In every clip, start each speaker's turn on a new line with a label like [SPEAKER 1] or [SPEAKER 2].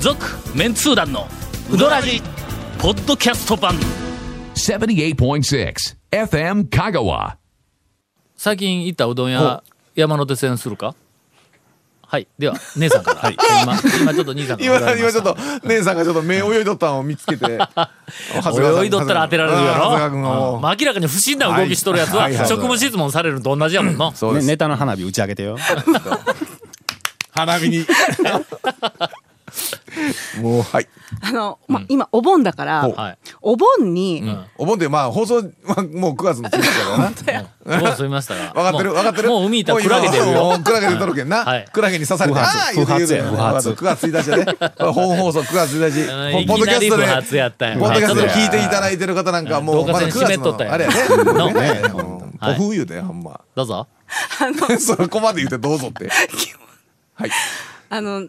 [SPEAKER 1] 続メンツー団のウドラジポッドキャスト版
[SPEAKER 2] 78.6 FM Kagawa.
[SPEAKER 3] 最近行ったうどん屋山手線するかはい では姉さんから、今今ちょっと兄さんから
[SPEAKER 4] 今
[SPEAKER 3] もらいま
[SPEAKER 4] 今
[SPEAKER 3] し
[SPEAKER 4] ち
[SPEAKER 3] た
[SPEAKER 4] ょっと姉さんがちょっと目泳いどったのを見つけて 泳い
[SPEAKER 3] 泳いどったら当てられるやろ、
[SPEAKER 4] 君がもう
[SPEAKER 3] うんまあ、明らかに不審な動きしとるやつは
[SPEAKER 4] はいはいはい
[SPEAKER 3] 職務質問されるのと同じやもんな、
[SPEAKER 4] そうです
[SPEAKER 5] ね、ネタの花火打ち上げて よ。
[SPEAKER 4] 花火にもうはい
[SPEAKER 6] あの、まあ、今、お盆だから、
[SPEAKER 3] はい
[SPEAKER 6] お盆に、
[SPEAKER 4] お盆でまあ放送はもう9月の1日 だからな
[SPEAKER 3] どうもすみましたが
[SPEAKER 4] 分かってる
[SPEAKER 3] もう
[SPEAKER 4] 分かってる
[SPEAKER 3] もう海いたらクラゲ出る
[SPEAKER 4] もう
[SPEAKER 3] よ
[SPEAKER 4] 今クラゲ出とるけんな、
[SPEAKER 3] はい
[SPEAKER 4] クラゲに刺されて
[SPEAKER 5] 不発
[SPEAKER 4] ああ言うて言うて
[SPEAKER 5] 不発や
[SPEAKER 4] 9月1日や で本放送9月1
[SPEAKER 3] うん
[SPEAKER 4] 日ポッドキャスト
[SPEAKER 3] いきなり
[SPEAKER 4] で
[SPEAKER 3] 不発やったんや
[SPEAKER 4] ポッドキャストで聞いていただいてる方なんか
[SPEAKER 3] う
[SPEAKER 4] もうんま
[SPEAKER 3] 動
[SPEAKER 4] だ
[SPEAKER 3] 画線
[SPEAKER 4] 9月
[SPEAKER 3] 湿っとったん
[SPEAKER 4] の
[SPEAKER 3] や
[SPEAKER 4] あれやね
[SPEAKER 3] の
[SPEAKER 4] ねうん
[SPEAKER 3] はい
[SPEAKER 4] お冬でほんま
[SPEAKER 3] どうぞ
[SPEAKER 4] そこまで言ってどうぞってはい
[SPEAKER 6] あの、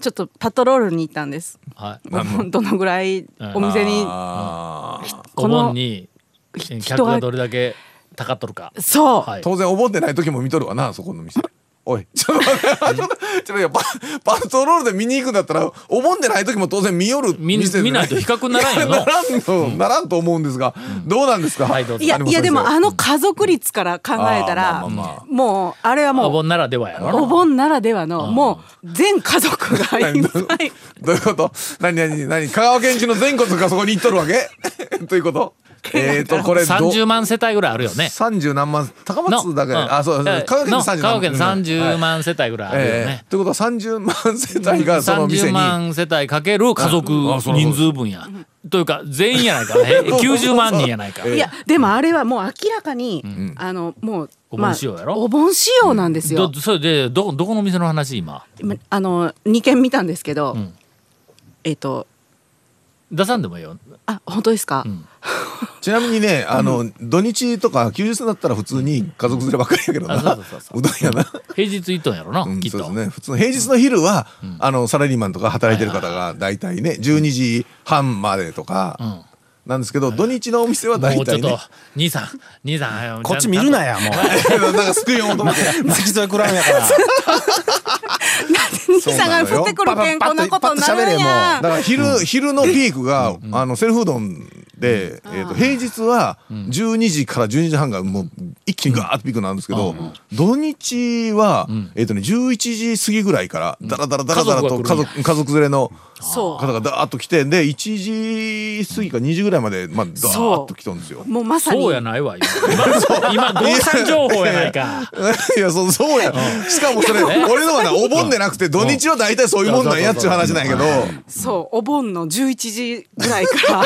[SPEAKER 6] ちょっとパトロールに行ったんです。
[SPEAKER 3] はい
[SPEAKER 6] お盆 どのぐらいお店に、
[SPEAKER 4] あー
[SPEAKER 3] お
[SPEAKER 6] この
[SPEAKER 3] 盆に
[SPEAKER 6] ひ
[SPEAKER 3] 客
[SPEAKER 6] 人
[SPEAKER 3] が
[SPEAKER 6] が
[SPEAKER 3] ど、れだけたかっとるか
[SPEAKER 6] そう、
[SPEAKER 3] はい
[SPEAKER 4] 当然お盆でない時も見とるわなそこの店おい ちょっと待ってちょっとちょっといやパパトロールで見に行くんだったらお盆でない時も当然見よる
[SPEAKER 3] 見
[SPEAKER 4] 店でね
[SPEAKER 3] 見ないと比較にならんよ
[SPEAKER 4] な
[SPEAKER 3] な
[SPEAKER 4] らんよならんと思うんですがどうなんですか
[SPEAKER 3] はいどうぞ
[SPEAKER 6] いや、いやでも
[SPEAKER 4] あ
[SPEAKER 6] あの家族率から考えたら、
[SPEAKER 4] あーまあまあま
[SPEAKER 6] もう、あれは
[SPEAKER 3] お
[SPEAKER 6] もう、
[SPEAKER 3] 盆ならではやろ
[SPEAKER 6] お盆ならではの、もう、全家族がいっ ぱい。
[SPEAKER 4] どういうこと何何何香川県知の全国がそこに行っとるわけ とい うことえっとこれど
[SPEAKER 3] 30万世帯ぐらいあるよね
[SPEAKER 4] 30何万高
[SPEAKER 3] の
[SPEAKER 4] 松だけで
[SPEAKER 3] うん
[SPEAKER 4] あそうそう
[SPEAKER 3] え
[SPEAKER 4] 香川県
[SPEAKER 3] の
[SPEAKER 4] 30
[SPEAKER 3] 香川県
[SPEAKER 4] はい
[SPEAKER 3] 30万世帯ぐらいあるよ
[SPEAKER 4] え
[SPEAKER 3] ね
[SPEAKER 4] え。ということは30万世帯がその店
[SPEAKER 3] 30
[SPEAKER 4] に
[SPEAKER 3] 万世帯かける家族
[SPEAKER 4] うんあそうそう
[SPEAKER 3] 人数分や。というか全員やないか ね90万人やないか。
[SPEAKER 6] いや、でもあれはもう明らかに、あの、もう、
[SPEAKER 3] お盆仕様やろ
[SPEAKER 6] まあお盆仕様なんですよ
[SPEAKER 3] ど。それでどどこの店の話今
[SPEAKER 6] 今あの2件見たんですけど、
[SPEAKER 3] ん
[SPEAKER 6] えっ、と
[SPEAKER 3] 出さんでもいいよ。
[SPEAKER 6] あ本当ですか、
[SPEAKER 4] ちなみにね、あの、土日とか休日だったら普通に家族連ればっかりやけどな。
[SPEAKER 3] あそうそうそう
[SPEAKER 4] どんやな。
[SPEAKER 3] 平日行っとんやろな、
[SPEAKER 4] うん
[SPEAKER 3] きっ
[SPEAKER 4] そうで
[SPEAKER 3] と。
[SPEAKER 4] すね。普通の平日の昼は、あの、サラリーマンとか働いてる方が大体ね、12時半までとか、なんですけど、土日のお店は大
[SPEAKER 3] もうちょ
[SPEAKER 4] 体
[SPEAKER 3] っと
[SPEAKER 4] ね。
[SPEAKER 3] 兄さん兄さん早う
[SPEAKER 5] こっち見るな
[SPEAKER 3] ち
[SPEAKER 5] や、もう。
[SPEAKER 4] なんか救い を求めて。
[SPEAKER 5] 付き添い食らうんやから。
[SPEAKER 6] 兄さんが降ってくるけんこんなことになるん
[SPEAKER 4] だか
[SPEAKER 6] や
[SPEAKER 4] ら昼、昼のピークが、あの、セルフうどんで、えっと、平日は12時から12時半がもう一気にガーッとピークなんですけど、土日は、えっとね、11時過ぎぐらいから、だらだらだらだらと
[SPEAKER 3] 家族が来るんや
[SPEAKER 4] 家族、家族連れの
[SPEAKER 6] そ
[SPEAKER 4] 方がダーッと来て、で、1時過ぎか2時ぐらいまで、まあ、ダーッと来たんですよ
[SPEAKER 6] う。もうまさに
[SPEAKER 3] そうやないわ今今今動産情報やない か。
[SPEAKER 4] いや、そう、そうや。しかもそれ、俺のはな、お盆でなくて、土日は大体そういうもんなんやっちゅう話なんやけど、
[SPEAKER 6] そうお盆の11時ぐらいから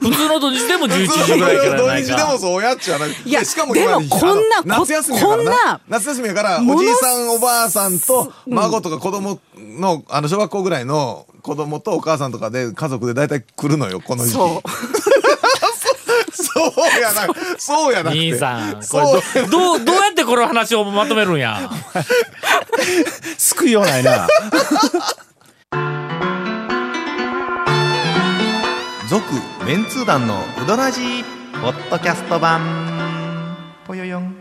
[SPEAKER 3] 普通の土日でも11
[SPEAKER 4] 普通
[SPEAKER 3] 時ぐらいからや
[SPEAKER 4] 土
[SPEAKER 3] ない
[SPEAKER 4] 日でも
[SPEAKER 3] か。
[SPEAKER 4] そうやっちゃうな。
[SPEAKER 6] いや
[SPEAKER 4] しかも
[SPEAKER 6] で
[SPEAKER 4] 今
[SPEAKER 6] もこんな
[SPEAKER 4] あの夏休みやから
[SPEAKER 6] こんな
[SPEAKER 4] 夏休みやから、
[SPEAKER 6] も
[SPEAKER 4] お
[SPEAKER 6] の
[SPEAKER 4] じ
[SPEAKER 6] す
[SPEAKER 4] いさん、おばあさんと、孫とか子供の、あの、小学校ぐらいの子供とお母さんとかで、家族で大体来るのよ、この時期。
[SPEAKER 6] そう
[SPEAKER 4] そうやな。そうやなくて。
[SPEAKER 3] 兄さんこ
[SPEAKER 4] そう
[SPEAKER 3] れどどうどうやってこの話をまとめるんや。
[SPEAKER 5] 救いようないな。
[SPEAKER 4] 続メンツー団のうどらじ
[SPEAKER 7] ポッドキャスト版ぽよよん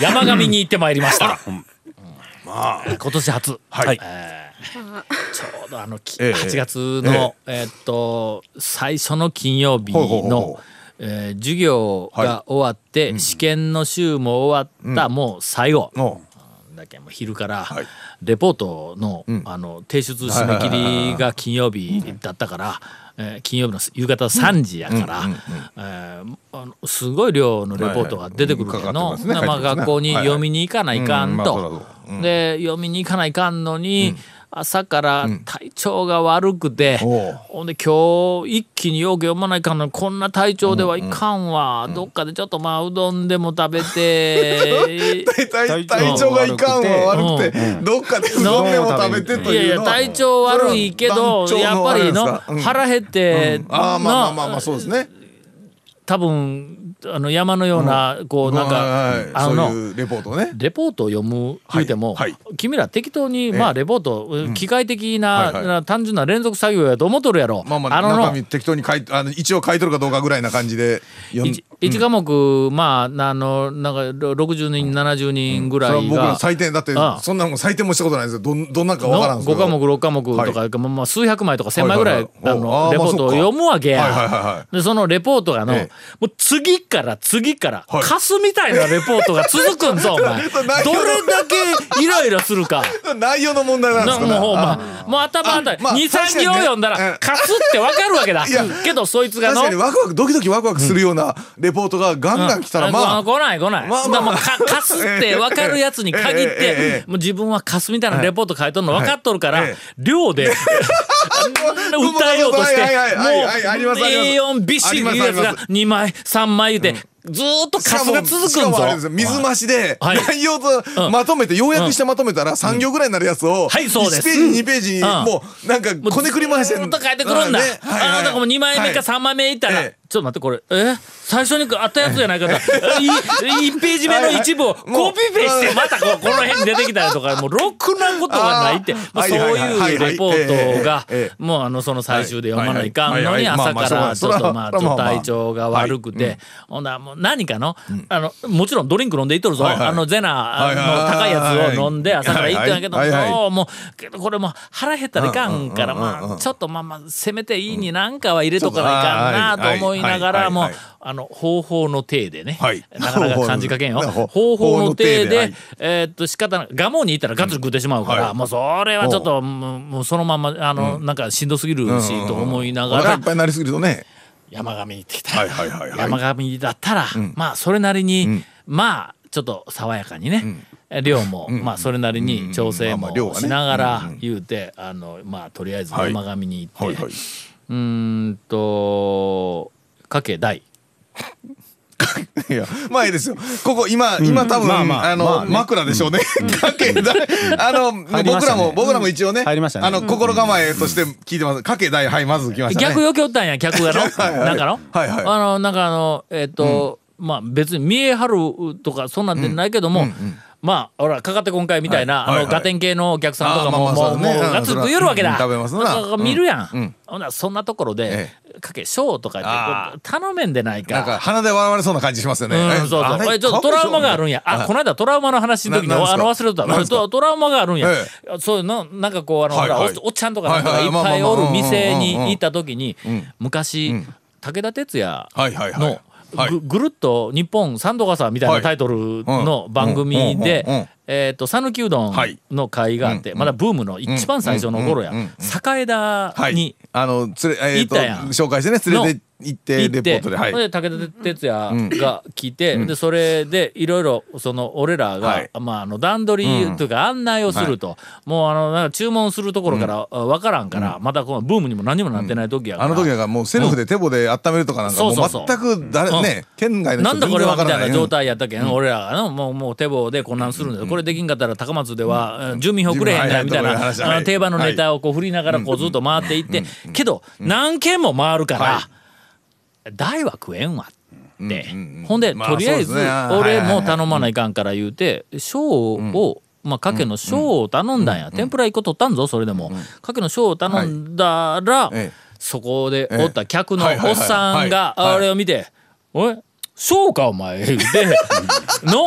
[SPEAKER 3] 山上に行ってまいりました。まあ今年初。はい。えーちょうどあのき
[SPEAKER 4] ええ
[SPEAKER 3] 8月のえーっと最初の金曜日
[SPEAKER 4] ほうほうほ
[SPEAKER 3] のえー授業が終わって試験の週も終わったもう最後。
[SPEAKER 4] の。
[SPEAKER 3] だけどもう昼から
[SPEAKER 4] い
[SPEAKER 3] レポートの,、
[SPEAKER 4] ん
[SPEAKER 3] あの提出締め切りが金曜日だったから、えー金曜日の夕方3時やから、えーあのすごい量のレポートが出てくるけど、
[SPEAKER 4] はいはいうんかかってますね
[SPEAKER 3] なまあ
[SPEAKER 4] 書いてますね
[SPEAKER 3] 学校に読みに行かないかん
[SPEAKER 4] はいはいうんまあ
[SPEAKER 3] と
[SPEAKER 4] そら。
[SPEAKER 3] で読みに行かないかんのに、朝から体調が悪くて、
[SPEAKER 4] おう
[SPEAKER 3] ほんで今日一気によく読まないかんのにこんな体調ではいかんわ、どっかでちょっとまあうどんでも食べて
[SPEAKER 4] 体体調がいかんわ悪くて、どっかでうどんでも食べてと
[SPEAKER 3] いやい
[SPEAKER 4] いう
[SPEAKER 3] や
[SPEAKER 4] の
[SPEAKER 3] 体調悪いけど
[SPEAKER 4] それ
[SPEAKER 3] やっ
[SPEAKER 4] は
[SPEAKER 3] ぱり
[SPEAKER 4] 団長のあれ
[SPEAKER 3] の
[SPEAKER 4] なんですかうん
[SPEAKER 3] 腹減って
[SPEAKER 4] ああまあまあまあま
[SPEAKER 3] な
[SPEAKER 4] あそうですね。
[SPEAKER 3] 多分あの山のような、こうなん
[SPEAKER 4] はいはい
[SPEAKER 3] か、あの
[SPEAKER 4] そういうレポートね
[SPEAKER 3] レポートを読む言うても、
[SPEAKER 4] はいは
[SPEAKER 3] 君ら適当に、まあレポート機械的な,、
[SPEAKER 4] はいはい
[SPEAKER 3] な単純な連続作業やと思っとるやろ。
[SPEAKER 4] まあまあ
[SPEAKER 3] のの
[SPEAKER 4] 中身適当に書いてあの一応書いとるかどうかぐらいな感じで読ん
[SPEAKER 3] 一一科目、まああのなんかろ60人、70人ぐ
[SPEAKER 4] そ
[SPEAKER 3] ら
[SPEAKER 4] れはい僕
[SPEAKER 3] が
[SPEAKER 4] の、採点だって
[SPEAKER 3] ああ
[SPEAKER 4] そんなもん採点もしたことないですよどんどんなんかわからん
[SPEAKER 3] の
[SPEAKER 4] ですけ
[SPEAKER 3] 5
[SPEAKER 4] ど
[SPEAKER 3] 科目6科目とか、
[SPEAKER 4] は
[SPEAKER 3] まあまあ数百枚とか1,000枚ぐらい、
[SPEAKER 4] はいはいはい
[SPEAKER 3] あ
[SPEAKER 4] おうあ
[SPEAKER 3] の
[SPEAKER 4] ー
[SPEAKER 3] レポートを
[SPEAKER 4] まあそっか
[SPEAKER 3] 読むわけや、
[SPEAKER 4] はいはいはいは
[SPEAKER 3] でそのレポートがの、
[SPEAKER 4] ええ
[SPEAKER 3] もう次から次から、
[SPEAKER 4] はい
[SPEAKER 3] カスみたいなレポートが続くん ぞお前どれだけイライラするか。
[SPEAKER 4] 内容の問題なんです
[SPEAKER 3] な
[SPEAKER 4] か
[SPEAKER 3] もうほん
[SPEAKER 4] ね
[SPEAKER 3] まもう頭あたり
[SPEAKER 4] まあ
[SPEAKER 3] 23
[SPEAKER 4] 確かにね
[SPEAKER 3] 行読んだ
[SPEAKER 4] う
[SPEAKER 3] ら
[SPEAKER 4] ん
[SPEAKER 3] カスってわかるわけだ
[SPEAKER 4] いや
[SPEAKER 3] けどそいつが
[SPEAKER 4] 確
[SPEAKER 3] の
[SPEAKER 4] かにワクワクドキドキワクワクするようなレポートがガンガン来たらまあ
[SPEAKER 3] 来ない来ない、
[SPEAKER 4] まあまあ
[SPEAKER 3] だからもうか貸すっ て分かるやつに限って、
[SPEAKER 4] ええええええ
[SPEAKER 3] もう自分は貸すみたいなレポート書いとるの分かっとるから、
[SPEAKER 4] はいええ
[SPEAKER 3] 量であんな訴えようとして
[SPEAKER 4] はいはいはいはいあり
[SPEAKER 3] も
[SPEAKER 4] ま
[SPEAKER 3] う
[SPEAKER 4] すあります
[SPEAKER 3] A4 びっしりいうやつ
[SPEAKER 4] ありますあ
[SPEAKER 3] が
[SPEAKER 4] ります
[SPEAKER 3] 2枚3枚言うて、ずーっと
[SPEAKER 4] し
[SPEAKER 3] 貸
[SPEAKER 4] か
[SPEAKER 3] す
[SPEAKER 4] も
[SPEAKER 3] が続くん
[SPEAKER 4] しか
[SPEAKER 3] ぞ
[SPEAKER 4] もあれですよ水増しで
[SPEAKER 3] はい
[SPEAKER 4] 内容とまとめて要約してまとめたら3行ぐらいになるやつを
[SPEAKER 3] はいそうです
[SPEAKER 4] 1ページに2ページに
[SPEAKER 3] うん
[SPEAKER 4] もうなんか
[SPEAKER 3] もう
[SPEAKER 4] こねくり回して
[SPEAKER 3] ずーっと書いてくるんだ。
[SPEAKER 4] ねはいはい
[SPEAKER 3] あなたがもう2枚目か3枚目いったら、
[SPEAKER 4] ええ
[SPEAKER 3] ちょっと待って、これ、え最初にあったやつじゃないかと。1ページ目の一部を
[SPEAKER 4] いも
[SPEAKER 3] コ
[SPEAKER 4] う
[SPEAKER 3] ピペして、またこうこの辺に出てきたりとか、もうろくなことがないって、まあ
[SPEAKER 4] は
[SPEAKER 3] そ
[SPEAKER 4] いうはいはい
[SPEAKER 3] いうレポートが
[SPEAKER 4] えええええ、
[SPEAKER 3] もうあの、その最終で読まないかんの
[SPEAKER 4] はい
[SPEAKER 3] に、
[SPEAKER 4] は
[SPEAKER 3] 朝
[SPEAKER 4] いはいはいまあま
[SPEAKER 3] か
[SPEAKER 4] あ
[SPEAKER 3] らち
[SPEAKER 4] そ
[SPEAKER 3] ょ
[SPEAKER 4] う
[SPEAKER 3] っ
[SPEAKER 4] だ
[SPEAKER 3] とまあ、ちょ
[SPEAKER 4] それ
[SPEAKER 3] っ
[SPEAKER 4] は
[SPEAKER 3] と体調が悪くて、ほんならもう何かの、あの、もちろんドリンク飲んでいっとるぞ。
[SPEAKER 4] はいはい
[SPEAKER 3] あの、ゼナの高いやつを飲んで、朝からいったんやけど、
[SPEAKER 4] はいはい
[SPEAKER 3] もうもう、けどこれもう腹減ったらいかんから、まあ、ちょっとまあまあ、せめていいになんかは入れとかないかんなと思いながら、
[SPEAKER 4] ちょっと
[SPEAKER 3] も
[SPEAKER 4] は
[SPEAKER 3] う
[SPEAKER 4] いはいはいはいはい、
[SPEAKER 3] あの、方法の体でね、
[SPEAKER 4] はい
[SPEAKER 3] なかなか感じかけんよ。
[SPEAKER 4] ほう
[SPEAKER 3] 方法の体
[SPEAKER 4] 方法の体では
[SPEAKER 3] で
[SPEAKER 4] い、
[SPEAKER 3] えーっと、仕方なく、ガモにいたらガッツリ食ってしまうか
[SPEAKER 4] うんは
[SPEAKER 3] ら、
[SPEAKER 4] い
[SPEAKER 3] もうそれはちょっと、もうもうそのまんま、あの、なんかしんどすぎるし、と思いな
[SPEAKER 4] お
[SPEAKER 3] が
[SPEAKER 4] 腹い
[SPEAKER 3] ら
[SPEAKER 4] っぱ、いになりすぎるとね
[SPEAKER 3] 山上行ってきた。
[SPEAKER 4] はいはいはいはい
[SPEAKER 3] 山上だったら、まあそれなりに、まあちょっと爽やかにね、量も、まあそれなりに調整
[SPEAKER 4] まあま
[SPEAKER 3] も
[SPEAKER 4] あ量はね
[SPEAKER 3] しながら言うて、あのまあとりあえず
[SPEAKER 4] はい
[SPEAKER 3] 山上に行って、
[SPEAKER 4] はいはいう
[SPEAKER 3] ーんとかけ大
[SPEAKER 4] いや、まあいいですよ。ここ今、今多分、
[SPEAKER 5] まあまあ
[SPEAKER 4] あの、
[SPEAKER 5] まあね
[SPEAKER 4] 枕でしょうね。かけだ、あの、
[SPEAKER 5] 入りまし
[SPEAKER 4] 僕
[SPEAKER 5] た
[SPEAKER 4] ら
[SPEAKER 5] ね
[SPEAKER 4] も、僕らも一応ね、
[SPEAKER 5] 入りましたね
[SPEAKER 4] あの、心構えとして聞いてます。かけ大、はい、まず来ましたね。
[SPEAKER 3] 逆よけおったんや客がのなんかの、
[SPEAKER 4] はいはい
[SPEAKER 3] あのなんかあのえっ、と、まあ別に見え張るとかそんなんでないけども、まあほらかかって今回みたいな、
[SPEAKER 4] はいはい
[SPEAKER 3] あの
[SPEAKER 4] はい
[SPEAKER 3] ガテン系のお客さんとかも、
[SPEAKER 4] あーまあまあ
[SPEAKER 3] もう
[SPEAKER 4] そうだね
[SPEAKER 3] もう
[SPEAKER 4] うん
[SPEAKER 3] ガツッと
[SPEAKER 4] それ
[SPEAKER 3] 言え
[SPEAKER 4] は
[SPEAKER 3] るわけだ、
[SPEAKER 4] うん食べますな
[SPEAKER 3] だから見るやん、
[SPEAKER 4] うん
[SPEAKER 3] ほんならそんなところで、
[SPEAKER 4] え
[SPEAKER 3] かけショーとか
[SPEAKER 4] あ
[SPEAKER 3] って頼めんでないか
[SPEAKER 4] なんか鼻で笑われそうな感じしますよね。
[SPEAKER 3] うん、そう
[SPEAKER 4] あ
[SPEAKER 3] そ
[SPEAKER 4] れ
[SPEAKER 3] う。え、ちょっとトラウマがあるんや。あ、この間トラウマの話の時に、
[SPEAKER 4] ななんす
[SPEAKER 3] あ
[SPEAKER 4] か
[SPEAKER 3] の、忘れと
[SPEAKER 4] なん
[SPEAKER 3] っ
[SPEAKER 4] すか
[SPEAKER 3] た。トラウマがあるんや
[SPEAKER 4] え。
[SPEAKER 3] そういうの、なんかこう、あの、ほ
[SPEAKER 4] はい
[SPEAKER 3] ら
[SPEAKER 4] はい
[SPEAKER 3] おおっちゃんとかなんかが
[SPEAKER 4] はい
[SPEAKER 3] い
[SPEAKER 4] は
[SPEAKER 3] っ
[SPEAKER 4] いまあま
[SPEAKER 3] ぱ
[SPEAKER 4] あ
[SPEAKER 3] い
[SPEAKER 4] まあ
[SPEAKER 3] おる
[SPEAKER 4] う
[SPEAKER 3] 店
[SPEAKER 4] ん
[SPEAKER 3] に
[SPEAKER 4] うんうん
[SPEAKER 3] 行った時に、昔、武田鉄矢
[SPEAKER 4] はいはいはい
[SPEAKER 3] の、
[SPEAKER 4] はい
[SPEAKER 3] ぐぐるっと日本三度笠みたい
[SPEAKER 4] は
[SPEAKER 3] ないタイトルの番組
[SPEAKER 4] うんうんうんうん
[SPEAKER 3] で、えっと、讃岐うどんの会があって、まだブームの一番最初の頃や
[SPEAKER 4] うんうんうんうん。
[SPEAKER 3] 栄田
[SPEAKER 4] はい。
[SPEAKER 3] に
[SPEAKER 4] あの、連れ、えーと
[SPEAKER 3] 行ったやん
[SPEAKER 4] 紹介してね、連れて行って、
[SPEAKER 3] 行
[SPEAKER 4] レ
[SPEAKER 3] って
[SPEAKER 4] ポートで。はい。
[SPEAKER 3] で武田鉄矢が来て、でそれでいろいろその俺らが、
[SPEAKER 4] はい
[SPEAKER 3] まあ、あの段取りというか案内をすると、もうあのなんか注文するところから分からんから、まだこのブームにも何にもなってない時やか
[SPEAKER 4] あ
[SPEAKER 3] ら。
[SPEAKER 4] の時はもうセルフで手ボで温めるとかなんか、
[SPEAKER 3] う
[SPEAKER 4] も
[SPEAKER 3] ん
[SPEAKER 4] う
[SPEAKER 3] そうそうそう
[SPEAKER 4] 全く誰、ね、県外の
[SPEAKER 3] な
[SPEAKER 4] 人
[SPEAKER 3] んだ
[SPEAKER 4] 全
[SPEAKER 3] こ
[SPEAKER 4] 然
[SPEAKER 3] れはみ
[SPEAKER 4] わから
[SPEAKER 3] た
[SPEAKER 4] ないい。
[SPEAKER 3] な状態やったけん、俺らがのもうもう手棒でこんなんするんだよ、これできんかったら高松では、うん準備表くれへんね
[SPEAKER 4] 準
[SPEAKER 3] み
[SPEAKER 4] 備
[SPEAKER 3] たい
[SPEAKER 4] はいはい
[SPEAKER 3] な、
[SPEAKER 4] とかいう話はい
[SPEAKER 3] あの定番のネタをこう振りながらこうずっと回っていって、けど何軒も回るから、
[SPEAKER 4] は
[SPEAKER 3] 大は食えんわって、
[SPEAKER 4] うんうん
[SPEAKER 3] ほんで、
[SPEAKER 4] まあ
[SPEAKER 3] とりあえず
[SPEAKER 4] そうですねあー
[SPEAKER 3] 俺
[SPEAKER 4] はいはい
[SPEAKER 3] も
[SPEAKER 4] はい
[SPEAKER 3] 頼まないかんから言うて小を、まあかけの小を頼んだんや、天ぷら一個取ったんぞそれでも、かけの小を頼んだら、
[SPEAKER 4] ええ
[SPEAKER 3] そこでおった客の
[SPEAKER 4] ええはいはいはい
[SPEAKER 3] おっさんが
[SPEAKER 4] はいはい
[SPEAKER 3] あれを見て「おいそうかお前」 言うて「の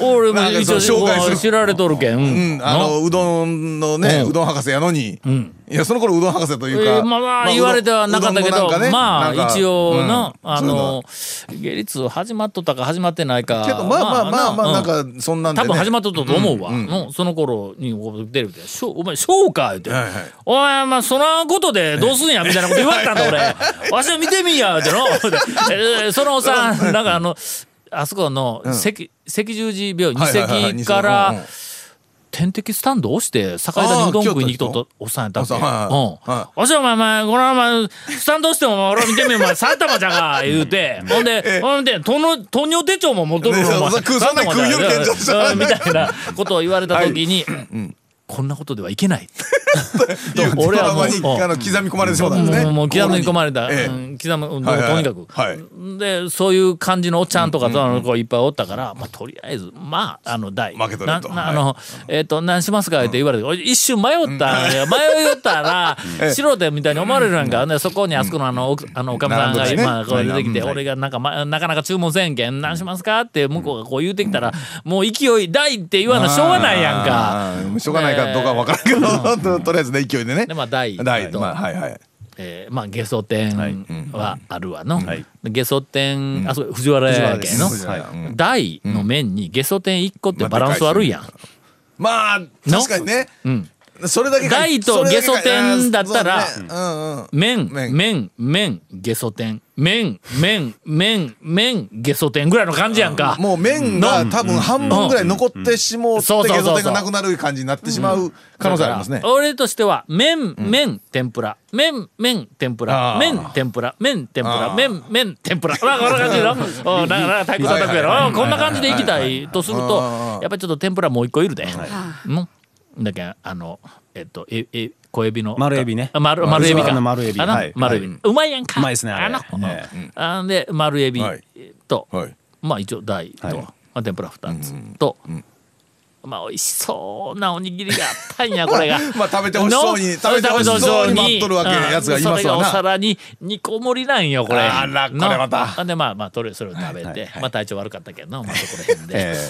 [SPEAKER 3] 俺も
[SPEAKER 4] なんか
[SPEAKER 3] 一
[SPEAKER 4] そ
[SPEAKER 3] 応
[SPEAKER 4] う紹介する
[SPEAKER 3] 知られとるけん」
[SPEAKER 4] うん、あのうどんのね、
[SPEAKER 3] うん
[SPEAKER 4] うどん博士やのに、いやその頃うどん博士というか、
[SPEAKER 3] えーまあまあ言われてはなかったけど、まあ一応の、あ、の下律始まっとったか始まってないか
[SPEAKER 4] うどんそういうのけどまあまあまあまあ、
[SPEAKER 3] うん
[SPEAKER 4] なんかそんなんで、
[SPEAKER 3] 多
[SPEAKER 4] ね、
[SPEAKER 3] 分始まっとったと思うわ、
[SPEAKER 4] うんうん
[SPEAKER 3] のその頃に出るで「しょお前そうか」言って「
[SPEAKER 4] はいはい
[SPEAKER 3] お前まあそんなことでどうすんや」みたいなこと言われたん だ俺「わしは見てみいや」ってのえーそのおっさん なんかあのあそこの赤,、赤十字病院
[SPEAKER 4] はいはいはいはい
[SPEAKER 3] 二席か
[SPEAKER 4] うんう
[SPEAKER 3] ら
[SPEAKER 4] ん
[SPEAKER 3] 点滴スタンドを押して酒井田にうどん食いに行っとったおっさんやったっけ
[SPEAKER 4] あそうはいはいは
[SPEAKER 3] うん。わしはお前お前このままスタンド押しても俺を見てみよお前三玉じゃが言 うてほんでほんで糖尿糖尿手帳も持っとる
[SPEAKER 4] ね
[SPEAKER 3] お前
[SPEAKER 4] そうそう食うそんな食うより健常者
[SPEAKER 3] うんみたいなことを言われた時に、こんなことではいけない。
[SPEAKER 4] いうド
[SPEAKER 3] 俺は
[SPEAKER 4] ラ
[SPEAKER 3] もう
[SPEAKER 4] マにあの刻み込まれてそうなんですね。
[SPEAKER 3] もうもう刻み込まれた、
[SPEAKER 4] ええ
[SPEAKER 3] うん刻む、うん
[SPEAKER 4] はいはいはい
[SPEAKER 3] とにかく、
[SPEAKER 4] はい
[SPEAKER 3] でそういう感じのおっちゃんとかとの子いっぱいおったから、まあ、とりあえずまああの大
[SPEAKER 4] 負けとれ
[SPEAKER 3] な
[SPEAKER 4] と
[SPEAKER 3] な
[SPEAKER 4] は
[SPEAKER 3] あ
[SPEAKER 4] い
[SPEAKER 3] の、えっ、と何しますかって言われて、俺一瞬迷った、いや 迷いよった ら、素人みたいに思われるなんか、ね、そこにあそこのあの奥あのおかみさんが
[SPEAKER 4] 並んでね
[SPEAKER 3] 今こう出てきて、
[SPEAKER 4] はい
[SPEAKER 3] 俺がなんか、ま、なかなか注文せんけん何しますかって向こうがこう言うてきたら、もう勢い大って言わなしょうがないやんか。
[SPEAKER 4] あー。しょうがないかどうかわからんけど、ととりあえずね勢いでね
[SPEAKER 3] で。まあ大と、
[SPEAKER 4] 大まあはいはい。
[SPEAKER 3] えーまあゲソ店はあるわの、
[SPEAKER 5] い
[SPEAKER 3] ゲソ店、あそう藤原やけんの
[SPEAKER 4] 藤原ですはいうん
[SPEAKER 3] 大の面にゲソ店1個ってバランス悪いやん、
[SPEAKER 4] まあ確かにね。それだけが
[SPEAKER 3] 大とゲソ天だったら
[SPEAKER 4] それだけがうんうん。
[SPEAKER 3] 麺
[SPEAKER 4] 麺
[SPEAKER 3] 麺麺ゲソ店麺麺麺麺ゲソ店ぐらいの感じやんか、
[SPEAKER 4] もう麺が多分半分ぐらい残ってしもうって
[SPEAKER 3] そうそうそうそ
[SPEAKER 4] ゲ
[SPEAKER 3] う
[SPEAKER 4] ソ天がなくなる感じになってしまう可能性ありますね。
[SPEAKER 3] 俺としては麺麺天ぷら麺麺天ぷら
[SPEAKER 4] あー
[SPEAKER 3] 麺天ぷら麺天ぷら
[SPEAKER 4] あー
[SPEAKER 3] 麺麺天ぷら なんかこんな感じ だろおうななんか太鼓叩くや
[SPEAKER 4] はいはいはい
[SPEAKER 3] ろ
[SPEAKER 4] は
[SPEAKER 3] おうこんな感じでいきたいとすると
[SPEAKER 4] あー
[SPEAKER 3] やっぱりちょっと天ぷらもう一個いるでうんだけどあのえっとええ小エビの
[SPEAKER 5] 丸エビね
[SPEAKER 3] あ丸丸エビ
[SPEAKER 5] あ
[SPEAKER 3] か
[SPEAKER 5] の丸エビ
[SPEAKER 3] あの
[SPEAKER 5] はい
[SPEAKER 3] 丸エビうまいやんか
[SPEAKER 5] うまいですねあれ
[SPEAKER 3] あの
[SPEAKER 5] え
[SPEAKER 3] あんで丸エビ
[SPEAKER 4] はい
[SPEAKER 3] と
[SPEAKER 4] はい。
[SPEAKER 3] まあ一応大と、
[SPEAKER 5] はい
[SPEAKER 3] まあ、天ぷら2つと、まあ美味しそうなおにぎりがあったん やこれが
[SPEAKER 4] まあ食べてほしそうに
[SPEAKER 3] の
[SPEAKER 4] 食べてほしそうに待っとるわけ
[SPEAKER 3] うん
[SPEAKER 4] やつがいます
[SPEAKER 3] それが
[SPEAKER 4] わな
[SPEAKER 3] お皿に2個盛りなんよこれ
[SPEAKER 4] あらこれ
[SPEAKER 3] な
[SPEAKER 4] また
[SPEAKER 3] あでまあまあとりあえずそれを食べて、まあ体調悪かったけどなまあそこら辺で、
[SPEAKER 5] え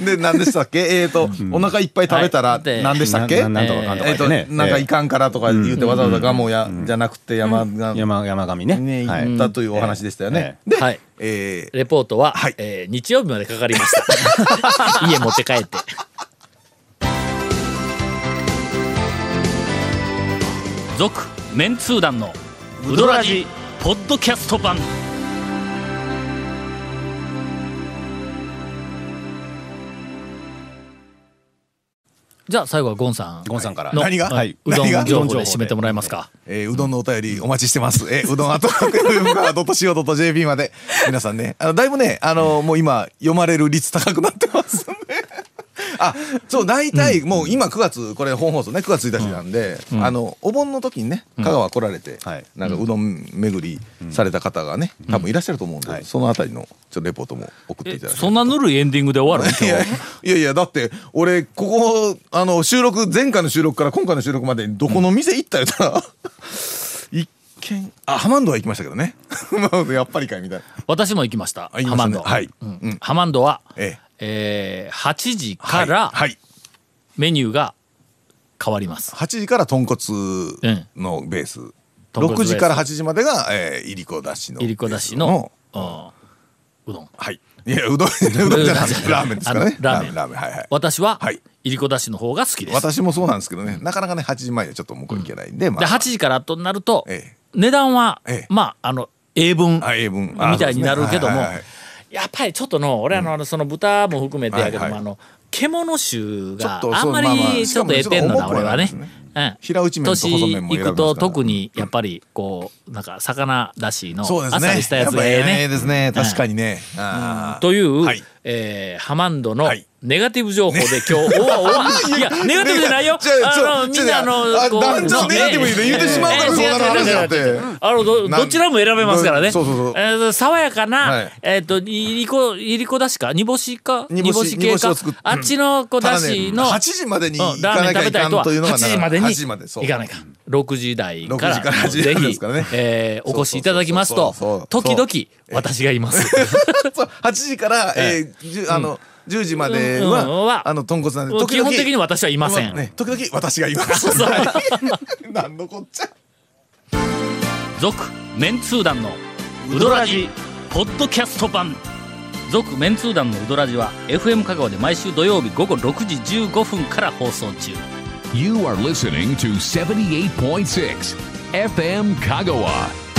[SPEAKER 4] でで何でしたっけえっとお腹いっぱい食べた
[SPEAKER 3] は
[SPEAKER 4] ら
[SPEAKER 3] いで
[SPEAKER 4] 何でしたっけ
[SPEAKER 5] ななんとかかんとか
[SPEAKER 4] えっと
[SPEAKER 5] ね
[SPEAKER 4] なんかいかんからとか言うてわざわざガモやじゃなくて山が
[SPEAKER 5] え山山上ね
[SPEAKER 4] ね
[SPEAKER 5] はい
[SPEAKER 4] 行ったというお 話でしたよね。
[SPEAKER 3] で、はい、
[SPEAKER 4] えー
[SPEAKER 3] レポートは、
[SPEAKER 4] はい
[SPEAKER 3] えー日曜日までかかりました 家持って帰って続メンツー団のウドラジポッドキャスト版じゃあ最後はゴンさん
[SPEAKER 5] ゴンさんから
[SPEAKER 3] の
[SPEAKER 4] 何が
[SPEAKER 3] はいう
[SPEAKER 4] 何
[SPEAKER 3] ど
[SPEAKER 4] が
[SPEAKER 3] ん情報で締めてもらえますか
[SPEAKER 4] えーうどんのお便りお待ちしてます。えーうどんあと .co.jp まで。皆さんね、あのだいぶね、あのもう今読まれる率高くなってます ね。あ、そう、大体、もう今9月、これ本放送ね、9月1日なんで、あの、お盆の時にね、香川来られて、
[SPEAKER 5] はい
[SPEAKER 4] なんかうどん巡りされた方がね、多分いらっしゃると思うんで、
[SPEAKER 5] はい
[SPEAKER 4] そのあたりのちょっとレポートも送って
[SPEAKER 3] え
[SPEAKER 4] いただいて。
[SPEAKER 3] そんなぬるいエンディングで終わる
[SPEAKER 4] いやいや いやだって俺ここあの収録前回の収録から今回の収録までどこの店行ったよったら一軒あハマンドは行きましたけどね やっぱりかいみたいな
[SPEAKER 3] 私も行きました
[SPEAKER 4] あ行き
[SPEAKER 3] ハ
[SPEAKER 4] ま
[SPEAKER 3] マ
[SPEAKER 4] した
[SPEAKER 3] ン
[SPEAKER 4] ね
[SPEAKER 3] ド
[SPEAKER 4] はい
[SPEAKER 3] うん
[SPEAKER 4] うん
[SPEAKER 3] ハマンドは、
[SPEAKER 4] ええ
[SPEAKER 3] えー8時から
[SPEAKER 4] はいはい
[SPEAKER 3] メニューが変わります、
[SPEAKER 4] 8時から豚骨
[SPEAKER 3] ん
[SPEAKER 4] のベース、
[SPEAKER 3] 豚骨ベー
[SPEAKER 4] 6
[SPEAKER 3] ス
[SPEAKER 4] 時から8時までが、えー、いりこだしの
[SPEAKER 3] いりこだしの、うんうどん
[SPEAKER 4] はいいやうどんうどんじゃない ラーメンですからね
[SPEAKER 3] あのラーメン
[SPEAKER 4] ラーメンはいはい
[SPEAKER 3] 私は、
[SPEAKER 4] はいい、
[SPEAKER 3] りこだしの方が好きです
[SPEAKER 4] 私もそうなんですけどねなかなかね8時前にはちょっと向こう行けないんで、ま
[SPEAKER 3] で8時からとなると、
[SPEAKER 4] ええ
[SPEAKER 3] 値段は、
[SPEAKER 4] ええ
[SPEAKER 3] まああの英文
[SPEAKER 4] あ英文あ
[SPEAKER 3] みたいになるけども、
[SPEAKER 4] そうですねはいはいはい
[SPEAKER 3] やっぱりちょっとの俺あの,、その豚も含めてやけども、
[SPEAKER 4] はいはい
[SPEAKER 3] あの獣種が
[SPEAKER 4] ちょっと
[SPEAKER 3] あ
[SPEAKER 4] そ
[SPEAKER 3] ん
[SPEAKER 4] う
[SPEAKER 3] ま
[SPEAKER 4] まあま
[SPEAKER 3] り
[SPEAKER 4] あ
[SPEAKER 3] ちょっと得てんのだ
[SPEAKER 4] しかもね
[SPEAKER 3] 俺はね
[SPEAKER 4] ちょっと重くはないです
[SPEAKER 3] うん
[SPEAKER 4] 平打ち麺と細麺も
[SPEAKER 3] 年
[SPEAKER 4] 選べますから
[SPEAKER 3] いくと特にやっぱりこうなんか魚だしの
[SPEAKER 4] そう
[SPEAKER 3] あ
[SPEAKER 4] で
[SPEAKER 3] っ
[SPEAKER 4] すね
[SPEAKER 3] さりしたやつがええ
[SPEAKER 4] っぱ
[SPEAKER 3] ね
[SPEAKER 4] ええですね確かにね、あー
[SPEAKER 3] という、
[SPEAKER 4] はい
[SPEAKER 3] えーハマンドの
[SPEAKER 4] はい
[SPEAKER 3] ネガティブ情報で今日、おわお わいやネガティブじゃないよ
[SPEAKER 4] ちょちょ
[SPEAKER 3] あのみんなあの
[SPEAKER 4] ちょ
[SPEAKER 3] こう
[SPEAKER 4] だんだんネガティブで言ってしまうから
[SPEAKER 3] えー
[SPEAKER 4] そんなの話になって
[SPEAKER 3] 違う違う違う違うあのど
[SPEAKER 4] なん
[SPEAKER 3] どちらも選べますからね
[SPEAKER 4] そうそうそう
[SPEAKER 3] えー爽やかな、
[SPEAKER 4] はい
[SPEAKER 3] えっ、といりこいりこだしか煮干しか
[SPEAKER 4] 煮干し
[SPEAKER 3] 煮系
[SPEAKER 4] 煮干し
[SPEAKER 3] か、
[SPEAKER 4] を作っ
[SPEAKER 3] あっちのこうだ
[SPEAKER 4] ただ
[SPEAKER 3] し
[SPEAKER 4] ね
[SPEAKER 3] の、
[SPEAKER 4] 8時までに
[SPEAKER 3] う
[SPEAKER 4] 行
[SPEAKER 3] んラ
[SPEAKER 4] か
[SPEAKER 3] ーメン
[SPEAKER 4] なき
[SPEAKER 3] 食
[SPEAKER 4] ゃ
[SPEAKER 3] べ
[SPEAKER 4] い
[SPEAKER 3] たい
[SPEAKER 4] かん
[SPEAKER 3] とは
[SPEAKER 4] というのが
[SPEAKER 3] 8時までに
[SPEAKER 4] 8時までそう
[SPEAKER 3] 行かないかん6時台か
[SPEAKER 4] 6時から
[SPEAKER 3] ら
[SPEAKER 4] 8時
[SPEAKER 3] ぜ
[SPEAKER 4] 台で
[SPEAKER 3] ひ
[SPEAKER 4] すからね
[SPEAKER 3] えーお越しいただきます
[SPEAKER 4] そ
[SPEAKER 3] と
[SPEAKER 4] うそうそうそう
[SPEAKER 3] 時々私がいます。
[SPEAKER 4] そう8時から、えーじゅあの10時までは、
[SPEAKER 3] うんうんは
[SPEAKER 4] あの豚骨なんで
[SPEAKER 3] 基本的に私はいません。
[SPEAKER 4] ね、時々私がいます
[SPEAKER 3] そう
[SPEAKER 4] はいなんのこっちゃ
[SPEAKER 3] 続メンツー団のウドラジポッドキャスト版続メンツー団のウドラジは FM 香川で毎週土曜日午後6時15分から放送中
[SPEAKER 2] You are listening to 78.6 FM Kagawa.